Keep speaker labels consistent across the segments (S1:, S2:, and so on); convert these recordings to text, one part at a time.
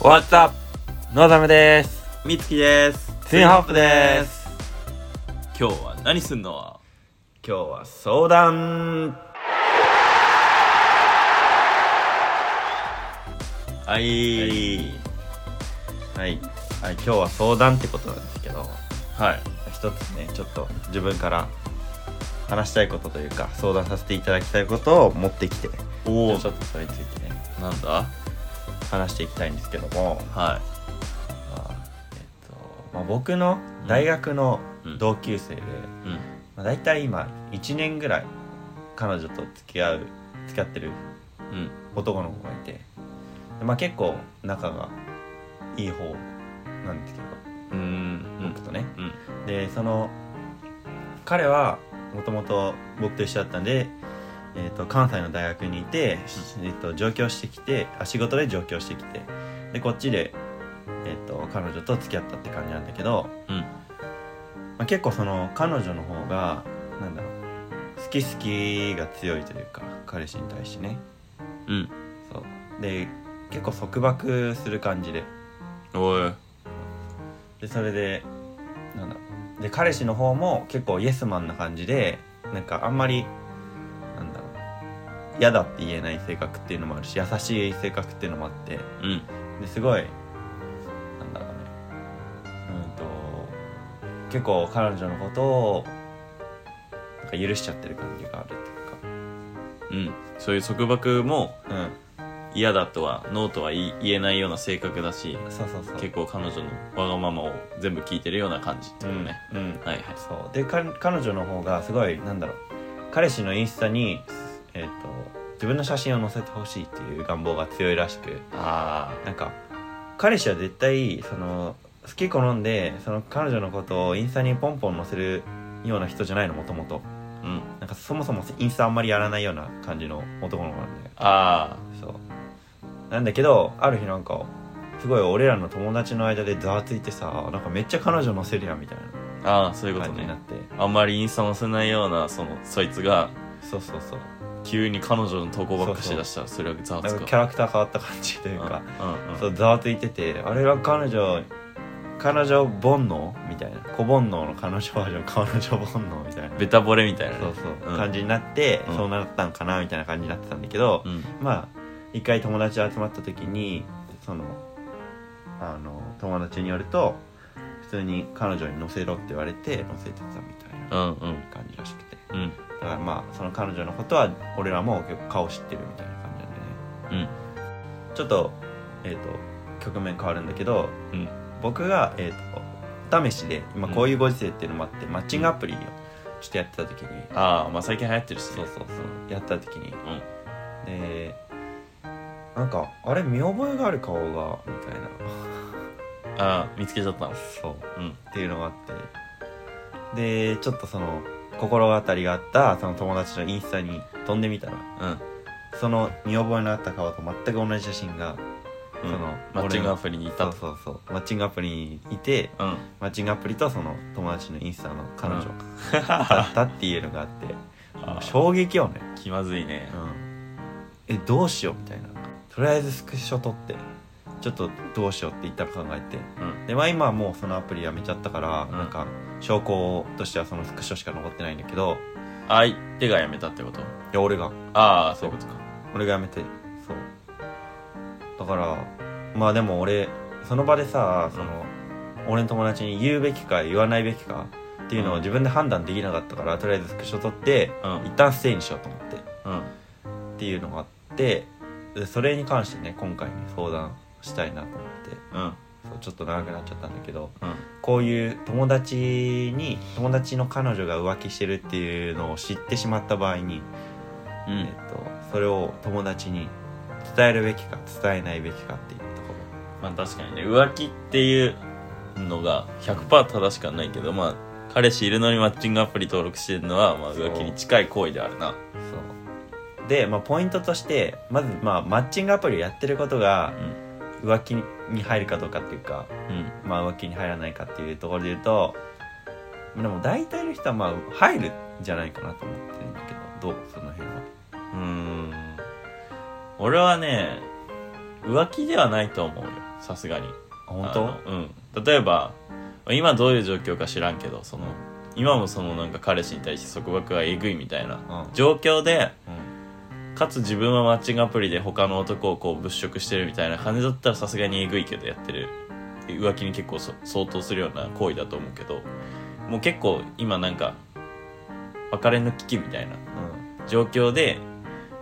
S1: 終わったノーダメです
S2: みつきです
S1: ツインホップです
S2: 今日は何すんの
S1: 今日は相談
S2: はい
S1: はい、はい、今日は相談ってことなんですけど
S2: はい
S1: 一つねちょっと自分から話したいことというか相談させていただきたいことを持ってきてちょ
S2: おお
S1: っとそれについてね
S2: なんだ
S1: 話していきたいんですけども、
S2: は
S1: まあえっとまあ、僕の大学の
S2: うん
S1: 同級生で、
S2: いうん
S1: まあ、大体今1年ぐらい彼女と付き合う付き合ってる
S2: うん
S1: 男の子がいて、でまあ、結構仲がいい方なんですけど
S2: うーん
S1: 僕とね、
S2: うん
S1: でその彼はもともと僕と一緒だったんで、えー、と関西の大学にいて、えー、と上京してきてあ仕事で上京してきてでこっちで、えー、と彼女と付き合ったって感じなんだけど、
S2: うん
S1: まあ、結構その彼女の方がなんだろう好き好きが強いというか彼氏に対してね
S2: うん
S1: そうで結構束縛する感じで
S2: おい
S1: でそれでなんだで彼氏の方も結構イエスマンな感じでなんかあんまりなんだろう嫌だって言えない性格っていうのもあるし優しい性格っていうのもあって
S2: うん
S1: ですごいなんだろうねうんと結構彼女のことをなんか許しちゃってる感じがあるっていう
S2: うんそういう束縛も
S1: か
S2: 嫌だとはノーとは言い言えないような性格だし
S1: うんそうそうそう
S2: 結構彼女のわがままを全部聞いてるような感じって
S1: う
S2: こと
S1: ん
S2: ね、
S1: うん
S2: はいはい
S1: そうでか彼女の方がすごいなんだろう彼氏のインスタに、えー、と自分の写真を載せてほしいっていう願望が強いらしく
S2: あ
S1: なんか彼氏は絶対その好き好んでその彼女のことをインスタにポンポン載せるような人じゃないのもともと
S2: あうん
S1: なんかそもそもインスタあんまりやらないような感じの男の子なんで
S2: あ
S1: そうなんだけどある日なんかすごい俺らの友達の間でざわついてさなんかめっちゃ彼女載せるやんみたい
S2: あああそういう
S1: な
S2: こと
S1: 感じにな
S2: ね
S1: って、
S2: あんまりインスタ載せないようなそのそいつが
S1: そうそうそう
S2: 急に彼女の投稿ばっかしだしたらそれはざわ
S1: なん
S2: つ
S1: か
S2: く
S1: キャラクター変わった感じというか、
S2: うんうん
S1: そうざわついててあれは彼女彼女煩悩みたいな子煩悩の彼女バージョン彼女煩悩みたいな
S2: ベタボレみたいなね
S1: そうそう、
S2: うん
S1: 感じになって、
S2: うん
S1: そうなったんかなみたいな感じになってたんだけど、
S2: うん
S1: まあ一回友達集まった時にそのあの友達によると普通に彼女に乗せろって言われて乗せてたみたいな
S2: うんうん
S1: 感じらしくて
S2: うん
S1: だからまあその彼女のことは俺らも結構顔知ってるみたいな感じなんでね
S2: うん
S1: ちょっと,、えー、と局面変わるんだけど
S2: うん
S1: 僕が、えー、と試しで今
S2: うん
S1: こういうご時世っていうのもあって、マッチングアプリをちょっとやってた時に、
S2: ああまあ最近流行ってるしね
S1: そうそうそうやった時に
S2: うん
S1: でなんかあれ見覚えがある顔がみたいな
S2: ああ見つけちゃったの
S1: そう
S2: うん
S1: っていうのがあってでちょっとその心当たりがあったその友達のインスタに飛んでみたら
S2: うん
S1: その見覚えのあった顔と全く同じ写真が、
S2: うん
S1: その
S2: マッチングアプリに行っ
S1: そ
S2: た
S1: う
S2: と
S1: そうそうマッチングアプリにいて
S2: うん
S1: マッチングアプリとその友達のインスタの彼女だったっていうのがあって、もう衝撃よね、
S2: 気まずいね
S1: うん、えどうしようみたいなとりあえずスクショ撮ってちょっとどうしようって一旦考えて
S2: うん
S1: でまあ今はもうそのアプリやめちゃったから、
S2: うん
S1: なんか証拠としてはそのスクショしか残ってないんだけど
S2: 相手がやめたってこと
S1: いや俺が
S2: ああそういうことか
S1: 俺がやめてそうだからまあでも俺その場でさその、俺の友達に言うべきか言わないべきかっていうのを自分で判断できなかったから、とりあえずスクショ撮って、
S2: うん
S1: 一旦ステイにしようと思ってっ
S2: うん
S1: ていうのがあってでそれに関してね今回ね相談したいなと思って
S2: うん
S1: そうちょっと長くなっちゃったんだけど
S2: うん
S1: こういう友達に友達の彼女が浮気してるっていうのを知ってしまった場合に
S2: うん
S1: えっと、それを友達に伝えるべきか伝えないべきかっていうとこ
S2: まあ確かにね浮気っていうのが100%正しくはないけどまあ彼氏いるのにマッチングアプリ登録してるのは、まあ、
S1: そう
S2: 浮気に近い行為であるな
S1: ろそうで、まあ、ポイントとしてまず、まあ、マッチングアプリをやってることが
S2: うん
S1: 浮気に入るかどうかっていうか、
S2: うん
S1: まあ、浮気に入らないかっていうところで言うとでも大体の人はまあ入るんじゃないかなと思ってるんだけどどうその辺は
S2: うーん俺はね浮気ではないと思うよさすがに
S1: 本当
S2: あのうん例えば今どういう状況か知らんけどその今もそのなんか彼氏に対して束縛がえぐいみたいな
S1: うん
S2: 状況で
S1: うん
S2: かつ自分はマッチングアプリで他の男をこう物色してるみたいな感じだったらさすがにえぐいけどやってる浮気に結構そ相当するような行為だと思うけどもう結構今なんか別れの危機みたいな状況で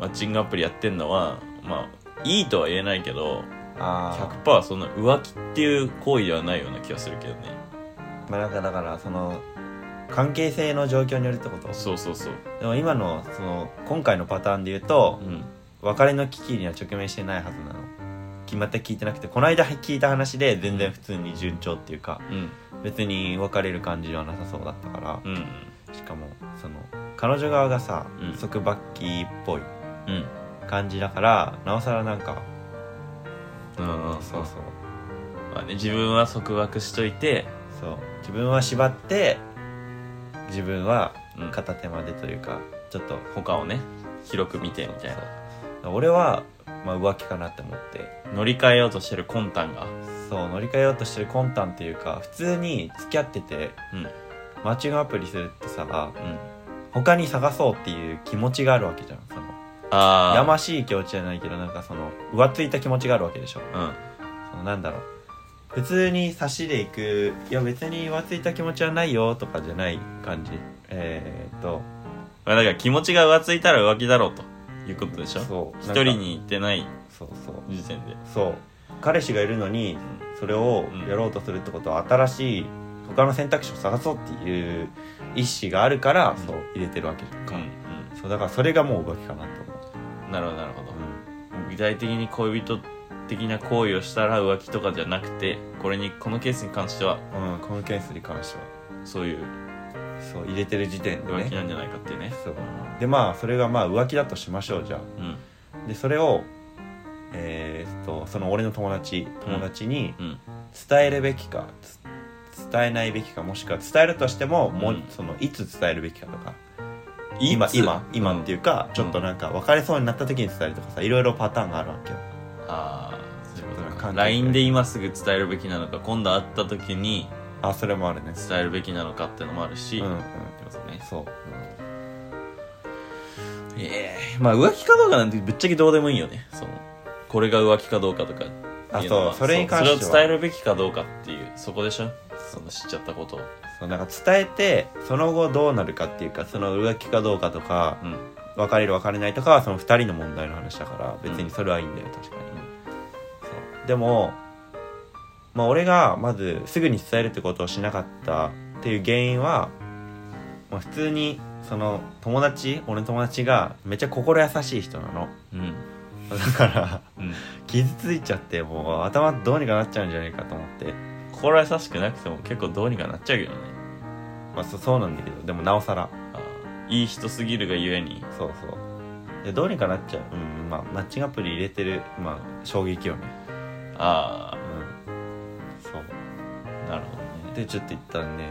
S2: マッチングアプリやってんのはまあいいとは言えないけど
S1: あ
S2: 100%その浮気っていう行為ではないような気がするけどね
S1: あまあなんかだからその関係性の状況によるってこと
S2: そうそうそう
S1: でも今のその今回のパターンで言うと
S2: うん
S1: 別れの危機には直面してないはずなのき全く聞いてなくてこの間聞いた話で全然普通に順調っていうか
S2: うん
S1: 別に別れる感じはなさそうだったから
S2: うん
S1: しかもその彼女側がさ
S2: うん
S1: 束縛期っぽい
S2: うん
S1: 感じだからなおさらなんか
S2: うんうん
S1: そうそう
S2: まあね自分は束縛しといて
S1: そう自分は縛って自分は
S2: うん
S1: 片手までというかちょっと
S2: 他をね広く見てみたいな
S1: 俺は、まあ、浮気かなって思って
S2: 乗り換えようとしてる魂胆が
S1: そう乗り換えようとしてる魂胆っていうか普通に付き合ってて
S2: うん
S1: マッチングアプリするってさ
S2: うん
S1: 他に探そうっていう気持ちがあるわけじゃんその
S2: ああ
S1: やましい気持ちじゃないけどなんかその浮ついた気持ちがあるわけでしょ
S2: うん
S1: そのなんだろう普通に差しでいくいや別に浮ついた気持ちはないよとかじゃない感じえー、っと
S2: まあだから気持ちが浮ついたら浮気だろうということでしょ
S1: そう
S2: 一
S1: なん
S2: 人
S1: か
S2: に行ってない
S1: そうそう
S2: 時点で
S1: そう彼氏がいるのにそれをやろうとするってことは新しい他の選択肢を探そうっていう意思があるからそう入れてるわけじゃん
S2: うん
S1: か、
S2: うん
S1: そうだからそれがもう浮気かなと思う、
S2: なるほどなるほど、具体的に恋人的な行為をしたら浮気とかじゃなくてこれにこのケースに関しては
S1: うん、このケースに関しては
S2: そういう
S1: そう入れてる時点で
S2: 浮気
S1: ね
S2: なんじゃないかっていうね
S1: そうでまあそれがまあ浮気だとしましょうじゃ
S2: うん
S1: あでそれをえーっとその俺の友達友達に
S2: うん
S1: 伝えるべきか、つ伝えないべきかもしくは伝えるとしてももう
S2: うん
S1: そのいつ伝えるべきかとか今今今っていううか、
S2: ん
S1: ちょっとなんか別れそうになった時に伝えるとかさいろいろパターンがあるわけよ
S2: んああそういうこと
S1: 関係
S2: か
S1: ない
S2: LINE で今すぐ伝えるべきなのか今度会った時に
S1: あそれもあるね
S2: 伝えるべきなのかってのもあるし、
S1: うんうん
S2: ってことね
S1: そう
S2: ええまあ浮気かどうかなんてぶっちゃけどうでもいいよねそのこれが浮気かどうかとか
S1: あ
S2: いうの
S1: そう
S2: は
S1: それに関しては
S2: そうそれを伝えるべきかどうかっていうそこでしょその知っちゃったことを
S1: そうなんか伝えてその後どうなるかっていうかその浮気かどうかとか
S2: うん
S1: 別れる別れないとかはその2人の問題の話だから別にそれはいいんだよ、確かにそうでもまあ俺がまずすぐに伝えるってことをしなかったっていう原因は、まあ、普通にその友達俺の友達がめっちゃ心優しい人なの
S2: うん
S1: だから
S2: うん
S1: 傷ついちゃってもう頭どうにかなっちゃうんじゃないかと思って
S2: 心優しくなくても結構どうにかなっちゃうけどね
S1: まあそそうなんだけどでもなおさら
S2: あーいい人すぎるがゆえに
S1: そうそうでどうにかなっちゃううんまあマッチングアプリ入れてるまあ衝撃よね
S2: あ
S1: うんそう
S2: あなるほどね
S1: でちょっと一旦ね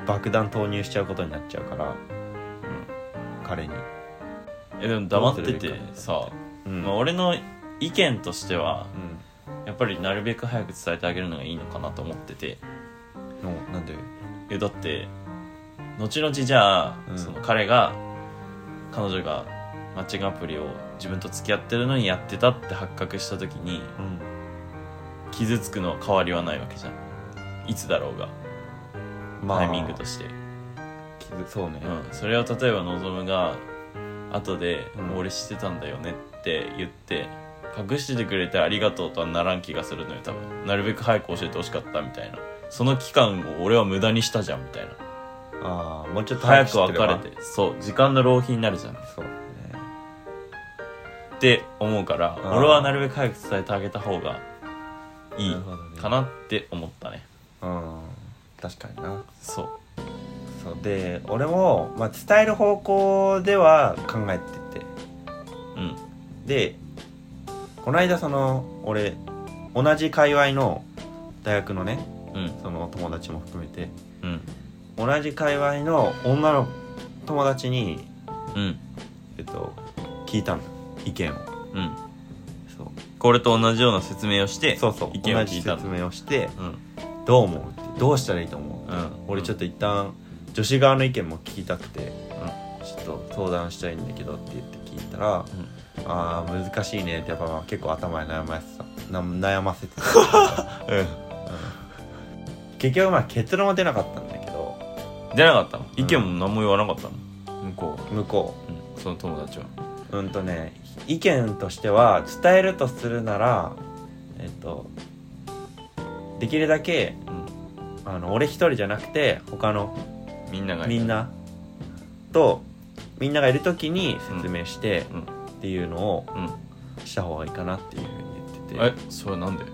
S2: うん
S1: 爆弾投入しちゃうことになっちゃうから、彼に、
S2: えでも黙って
S1: どうすれ
S2: て
S1: ばいいか
S2: さ、
S1: うん
S2: まあ、俺の意見としては
S1: うん
S2: やっぱりなるべく早く伝えてあげるのがいいのかなと思ってて
S1: のなんで
S2: えだって後々じゃあ、
S1: うん
S2: その彼が彼女がマッチングアプリを自分と付き合ってるのにやってたって発覚した時に
S1: うん
S2: 傷つくのは変わりはないわけじゃんいつだろうがタイミングとして、
S1: 傷そうね、
S2: うん、それを例えばのぞむが後で「
S1: うん
S2: もう俺してたんだよね」って言って隠しててくれてありがとうとはならん気がするのよ多分なるべく早く教えてほしかったみたいなその期間を俺は無駄にしたじゃんみたいな
S1: ああもうちょっと
S2: 早
S1: 早く
S2: く別れ
S1: 知って
S2: そう時間の浪費になるじゃんっ
S1: ばそうね
S2: て思うから
S1: あー
S2: 俺はなるべく早く伝えてあげた方がいい
S1: なるほどね
S2: かなって思ったね
S1: うん確かにな
S2: そう
S1: そうで俺も、まあ、伝える方向では考えてて
S2: うん
S1: でこの間その俺同じ界隈の大学のね
S2: うん
S1: その友達も含めて
S2: うん
S1: 同じ界隈の女の友達に、
S2: うん
S1: えっと、聞いたの意見を
S2: うん
S1: そう
S2: これと同じような説明をして
S1: そうそう
S2: 意見を
S1: 同
S2: 聞
S1: じ
S2: いたの
S1: 説明をして
S2: うん
S1: どう思うってどうしたらいいと思う、
S2: うん
S1: 俺ちょっと一旦女子側の意見も聞きたくて、ちょっと相談したいんだけどって言って聞いたら、ああ難しいねってやっぱ結構頭に悩ませてたな悩ま せてた
S2: うん
S1: 結局まあ結論は出なかったんだけど
S2: 出なかったの意見も何も言わなかったの、向こ
S1: 向こ
S2: う、うん、その友達は
S1: ううんとね意見としては伝えるとするならえっとできるだけ
S2: うん
S1: あの俺一人じゃなくて他の
S2: みんなが
S1: みんなとみんながいる時に説明して
S2: うん
S1: っていうのを
S2: うん
S1: した方がいいかなっていうふうに言って
S2: え
S1: て、
S2: それなんで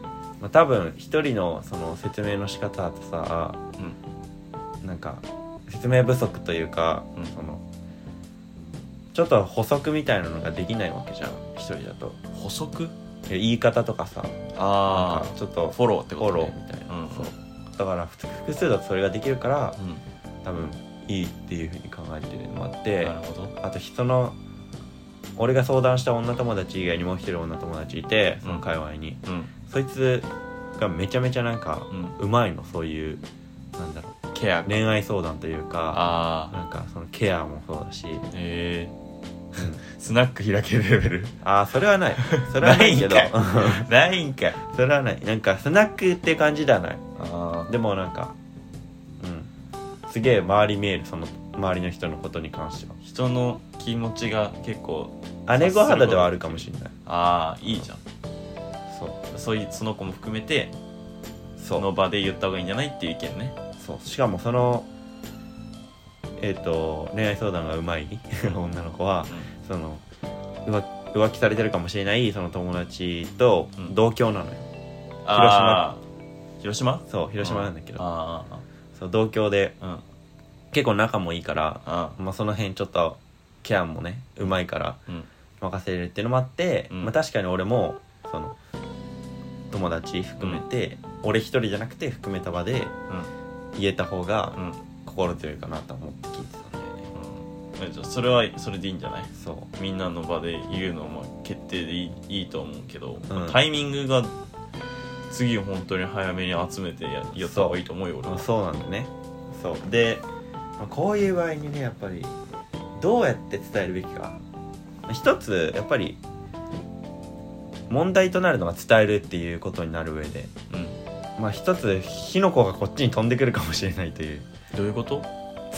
S1: まあ、多分一人のその説明の仕方だとさ
S2: うん
S1: なんか説明不足というか、
S2: うん
S1: そのちょっと補足みたいなのができないわけじゃん一人だと
S2: 補足
S1: いや言い方とかさなん
S2: あ
S1: かちょっと
S2: あフォローって
S1: フォ
S2: こと
S1: ロ
S2: ね
S1: ーみたいな、
S2: うん
S1: そうだから複複数だとそれができるから
S2: うん
S1: 多分いいっていうふうに考えてるのもあって
S2: なるほど
S1: あと人の俺が相談した女友達以外にもう一人女友達いてその界隈に、
S2: うん
S1: そいつがめちゃめちゃなんか
S2: うん
S1: うまいのそういうなんだろう
S2: ケア
S1: 恋愛相談というか
S2: ああ
S1: なんかそのケアもそうだし
S2: ええスナック開けるレベル
S1: ああそれはないそれはないけど
S2: ないんかいないんかい
S1: それはないなんかスナックって感じではない
S2: あ
S1: でもなんかうんすげえ周り見えるその周りの人のことに関しては
S2: 人の気持ちが結構
S1: 姉御肌ではあるかもしれない
S2: ああいいじゃん
S1: そう
S2: そういうその子も含めて
S1: そ
S2: そうの場で言った方がいいんじゃないっていう意見ね
S1: そうしかもそのえっ、と恋愛相談がうまい 女の子はその浮浮気されてるかもしれないその友達と
S2: うん
S1: 同郷なのよ、
S2: あー広島
S1: そう広島なんだけど、
S2: あー
S1: そう同郷で
S2: あーうん
S1: 結構仲もいいから、
S2: あ
S1: まあ、その辺ちょっとケアもねうまいから
S2: ーうん
S1: 任せれるっていうのもあって、
S2: うん
S1: まあ、確かに俺もその友達含めて、俺一人じゃなくて含めた場で言えた方が
S2: うんうん
S1: 心強いかなと思って聞いてたんだよね
S2: えじゃあそれはそれでいいんじゃない
S1: そう
S2: みんなの場で言うのも決定でいいいいと思うけど、
S1: うん
S2: タイミングが次本当に早めに集めてややった方がいいと思うよ俺
S1: あ
S2: は
S1: そうなんだねそうで、まあこういう場合にねやっぱりどうやって伝えるべきか一つやっぱり問題となるのが伝えるっていうことになる上で
S2: うん
S1: まあ一つ火の粉がこっちに飛んでくるかもしれないという
S2: どういうこと、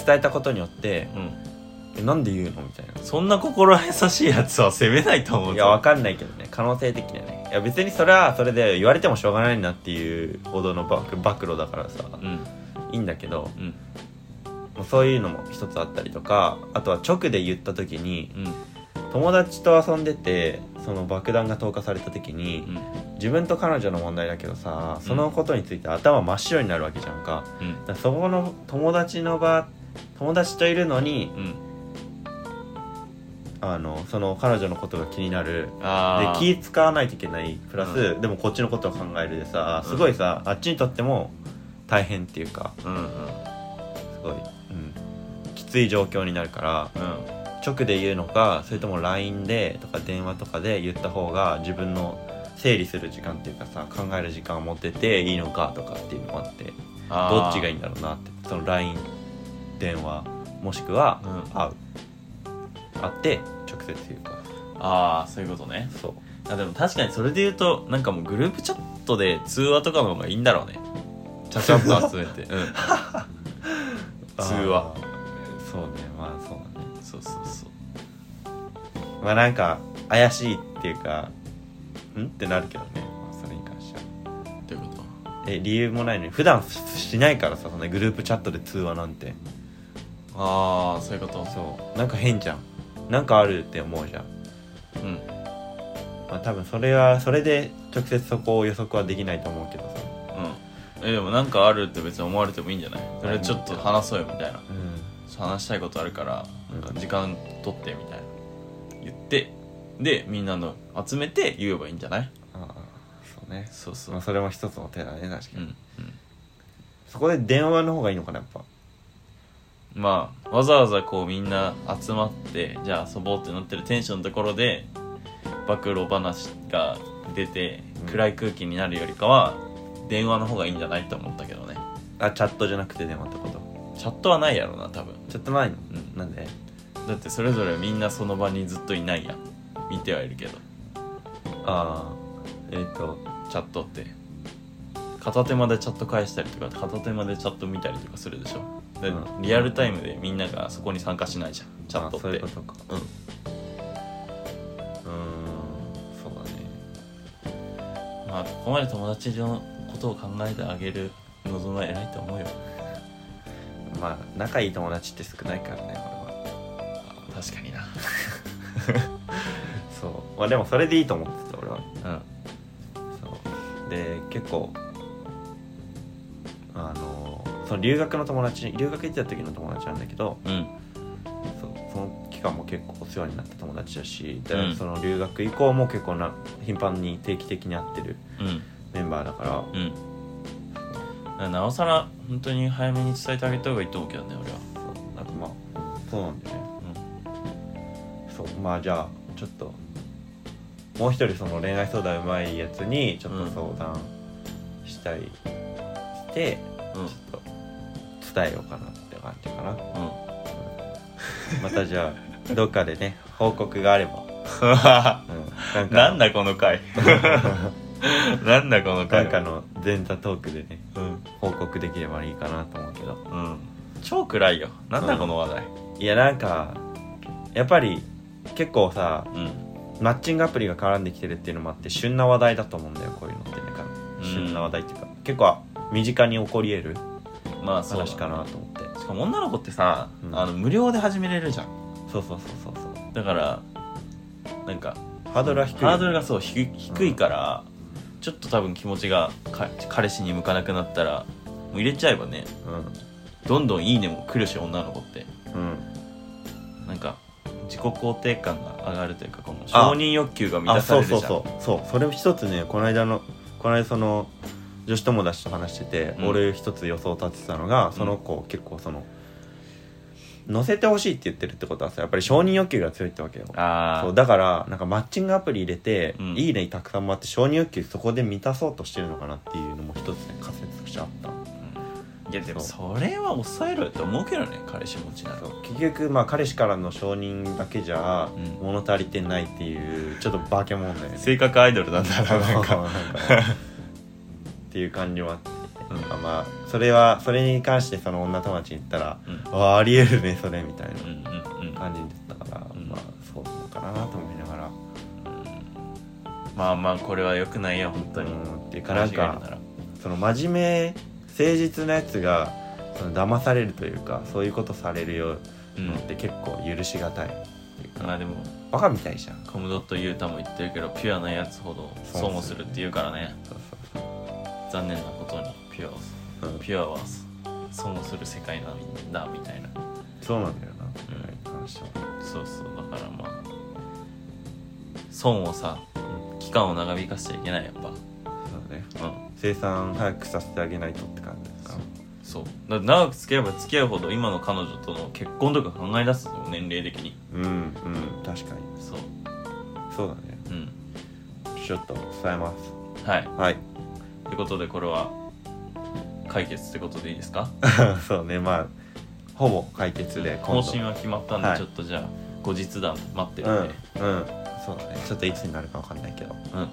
S1: 伝えたことによって
S2: うん、
S1: 「えなんで言うの?」みたいな
S2: そんな心優しいやつは責めないと思う
S1: い
S2: ぞ
S1: やわかんないけどね可能性的にはねいや別にそれはそれで言われてもしょうがないなっていうほどの暴暴露だからさ
S2: うん
S1: いいんだけど
S2: うん
S1: もうそういうのも一つあったりとかあとは直で言った時に
S2: うん
S1: 友達と遊んでてその爆弾が投下された時に
S2: うん
S1: 自分と彼女の問題だけどさ
S2: ん
S1: そのことについて頭真っ白になるわけじゃんか
S2: うん
S1: だからそこの友達の場友達といるのに
S2: うん
S1: あのその彼女のことが気になるで
S2: ああ
S1: 気使わないといけないプラス、
S2: う
S1: でもこっちのことを考えるでさ
S2: うん
S1: すごいさ、あっちにとっても大変っていうか
S2: うんうん
S1: すごい、うん、きつい状況になるから
S2: うん
S1: 直で言うのかそれとも LINE でとか電話とかで言った方が自分の整理する時間っていうかさ考える時間を持ってていいのかとかっていうのもあって
S2: あ
S1: どっちがいい
S2: い
S1: んだろうなってその LINE 電話もしくは
S2: うん
S1: 会う、会って直接言うか
S2: ああそういうことね
S1: そう
S2: あでも確かにそれで言うとなんかもうグループチャットで通話とかの方がいいんだろうねちゃちゃっと集めて、うん、通話
S1: あーそうねまあそうだね
S2: そうそうそう
S1: まあなんか怪しいっていうかんってなるけどねまあそれに関しては
S2: どういうこと
S1: え理由もないのに普段ししないからさそんなグループチャットで通話なんて
S2: ああそういうこと
S1: そうなんか変じゃんなんかあるって思うじゃん、
S2: うん
S1: まあ、多分それはそれで直接そこを予測はできないと思うけどさ
S2: うんえでもなんかあるって別に思われてもいいんじゃないそれちょっと話そうよみたいな
S1: うん
S2: 話したいことあるから
S1: うん
S2: なんか時間取ってみたいな言ってでみんなの集めて言えばいいんじゃない
S1: ああそうね
S2: そうそ
S1: まあ
S2: う
S1: それも一つの手だね確か
S2: う
S1: に、
S2: ん、うん、
S1: そこで電話の方がいいのかなやっぱ
S2: まあわざわざこうみんな集まってじゃあ遊ぼうってなってるテンションのところで暴露話が出て
S1: うん
S2: 暗い空気になるよりかは電話の方がいいんじゃないと思ったけどね
S1: あチャットじゃなくて電話ってこと
S2: チャットはないやろな多分
S1: チャットないの、
S2: うん
S1: なんで
S2: だってそれぞれみんなその場にずっといないやん見てはいるけど
S1: ああえっ、と
S2: チャットって片手間でチャット返したりとか片手間でチャット見たりとかするでしょで、
S1: うん
S2: リアルタイムでみんながそこに参加しないじゃんチャット
S1: あ
S2: って
S1: そういうことか
S2: うん
S1: うーんそうだね
S2: まあここまで友達のことを考えてあげる望は偉いと思うよ
S1: まあ仲いい友達って少ないからね俺は
S2: 確かにな
S1: そうまあでもそれでいいと思ってた俺は
S2: うん
S1: そうで結構あのその留学の友達留学行ってた時の友達なんだけど
S2: うん
S1: そその期間も結構お世話になった友達だし
S2: う
S1: で
S2: ん
S1: その留学以降も結構な頻繁に定期的に会ってる
S2: うん
S1: メンバーだから
S2: うんだからなおさら本当に早めに伝えてあげた方がいいと思うけどね俺は
S1: そうなんかまあそうなんだよねそうまあじゃあちょっともう一人その恋愛相談うまいやつにちょっと相談したいして、
S2: うんうん
S1: ちょっと伝えようかなって感じかな
S2: うん
S1: またじゃあどっかでね報告があれば、うん、
S2: なん
S1: だ
S2: だこの回 なんだこの
S1: な
S2: 回
S1: んかの前座トークでね
S2: うん
S1: 報告できればいいかなと思うけど
S2: うん超暗いよなんだこの話題
S1: いやなんかやっぱり結構さ
S2: うん
S1: マッチングアプリが絡んできてるっていうのもあって旬な話題だと思うんだよこういうのってなんか
S2: うん
S1: 旬な話題っていうか、結構身近に起こり得る
S2: まあそうだね
S1: 話かなと思って
S2: しかも女の子ってさ、
S1: うん
S2: あの無料で始めれるじゃん
S1: そうそうそうそうそう
S2: だからなんか
S1: ハードルは低いよね
S2: ハードルがそう低低いから、ちょっと多分気持ちがか彼氏に向かなくなったらもう入れちゃえばねどんどんいいねも来るし女の子って
S1: うん、うん、
S2: なんか自己肯定感が上がるというかこの承
S1: あ
S2: 認欲求が満
S1: あ
S2: たさ
S1: そ
S2: れ
S1: う
S2: るじ
S1: そ
S2: ゃ
S1: うんそうそうそれ一つねこの間のこの間その女子友達と話してて、
S2: うん
S1: 俺一つ予想立ててたのがその子、結構その乗せてほしいって言ってるってことはさやっぱり承認欲求が強いってわけよ
S2: ああ
S1: そうだからなんかマッチングアプリ入れて、
S2: うん
S1: いいねたくさんもあって承認欲求そこで満たそうとしてるのかなっていうのも一つね仮説としてあった
S2: いやでもそれは抑えろよって思うけどね彼氏持ちなら
S1: そう結局まあ彼氏からの承認だけじゃ
S2: うん
S1: 物足りてないっていうちょっと化け物だよね
S2: 性格アイドルなんだななんか
S1: っていう感じもあって、
S2: うん
S1: なんかまあそれはそれに関してその女友達に言ったら
S2: うん
S1: 「ああありえるねそれ」みたい
S2: うんうんうん
S1: な感じだったから、
S2: うん
S1: まあそうかなと思いながら
S2: まあまあこれは良くないよ本当に
S1: うんっていうかなん
S2: 彼氏がいる
S1: か
S2: ら
S1: その真面目誠実なやつがその騙されるというかそういうことされるよ
S2: う
S1: のって結構許しがたいっていうか、
S2: んまあでも
S1: バカみたいじゃん
S2: コムドットユータも言ってるけどピュアなやつほど損をするって言うからね
S1: そう
S2: 残念なことにピュアを
S1: そうそう,、
S2: ピュアは損をする世界なんだみたいな
S1: そうなんだよな恋愛に関しては、
S2: そうそうだからまあ損をさ期間を長引かせちゃいけないやっ
S1: そうだね
S2: ぱうん
S1: 生産早くさせてあげないとって感じか
S2: そうだから長く付き合えば付き合うほど今の彼女との結婚とか考え出すよ年齢的に
S1: うんうん確かに
S2: そう
S1: そうだね
S2: うん
S1: ちょっと伝えます
S2: はい
S1: はい
S2: ってことでこれは解決ってことでいいですか
S1: そうねまあほぼ解決で
S2: 方針は決まったんで、
S1: はい
S2: ちょっとじゃあ後日談待って
S1: う
S2: る
S1: ん
S2: ん
S1: うん
S2: で、
S1: そうだねちょっといつになるかわかんないけど
S2: うん
S1: は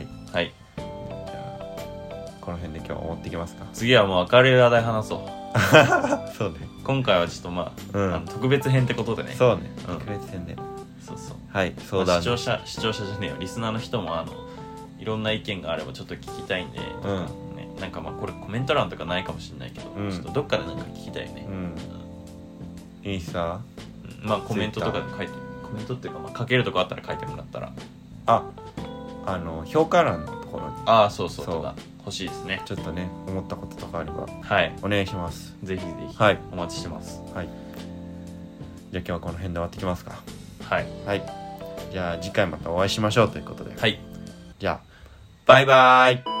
S1: い
S2: はい
S1: じゃあこの辺で今日は終わっていきますか
S2: 次はもう明るい話題話そう
S1: そうね
S2: 今回はちょっとまあ,、
S1: うん
S2: あの特別編ってことでね
S1: そうね
S2: うん
S1: 特別編で
S2: そうそう
S1: はい
S2: ま
S1: 相
S2: あ
S1: 談
S2: 視聴者視聴者じゃねえよリスナーの人もあのいろんな意見があればちょっと聞きたいんで、
S1: う
S2: ね、なんかまあこれコメント欄とかないかもしれないけど、
S1: うん
S2: ちょっとどっかでなんか聞きたいね
S1: う、んインスタ
S2: うんまあコメントとか書いてコメントっていうか、まあ、書けるとこあったら書いてもらったら
S1: ああの評価欄のところに
S2: ああそうそう
S1: そう
S2: とか欲しいですね
S1: ちょっとね思ったこととかあれば
S2: はい
S1: お願いします
S2: ぜひぜひ
S1: はい
S2: お待ちしてます
S1: はいじゃあ今日はこの辺で終わってきますか
S2: はい
S1: はいじゃあ次回またお会いしましょうということで
S2: はい
S1: じゃあバイバイ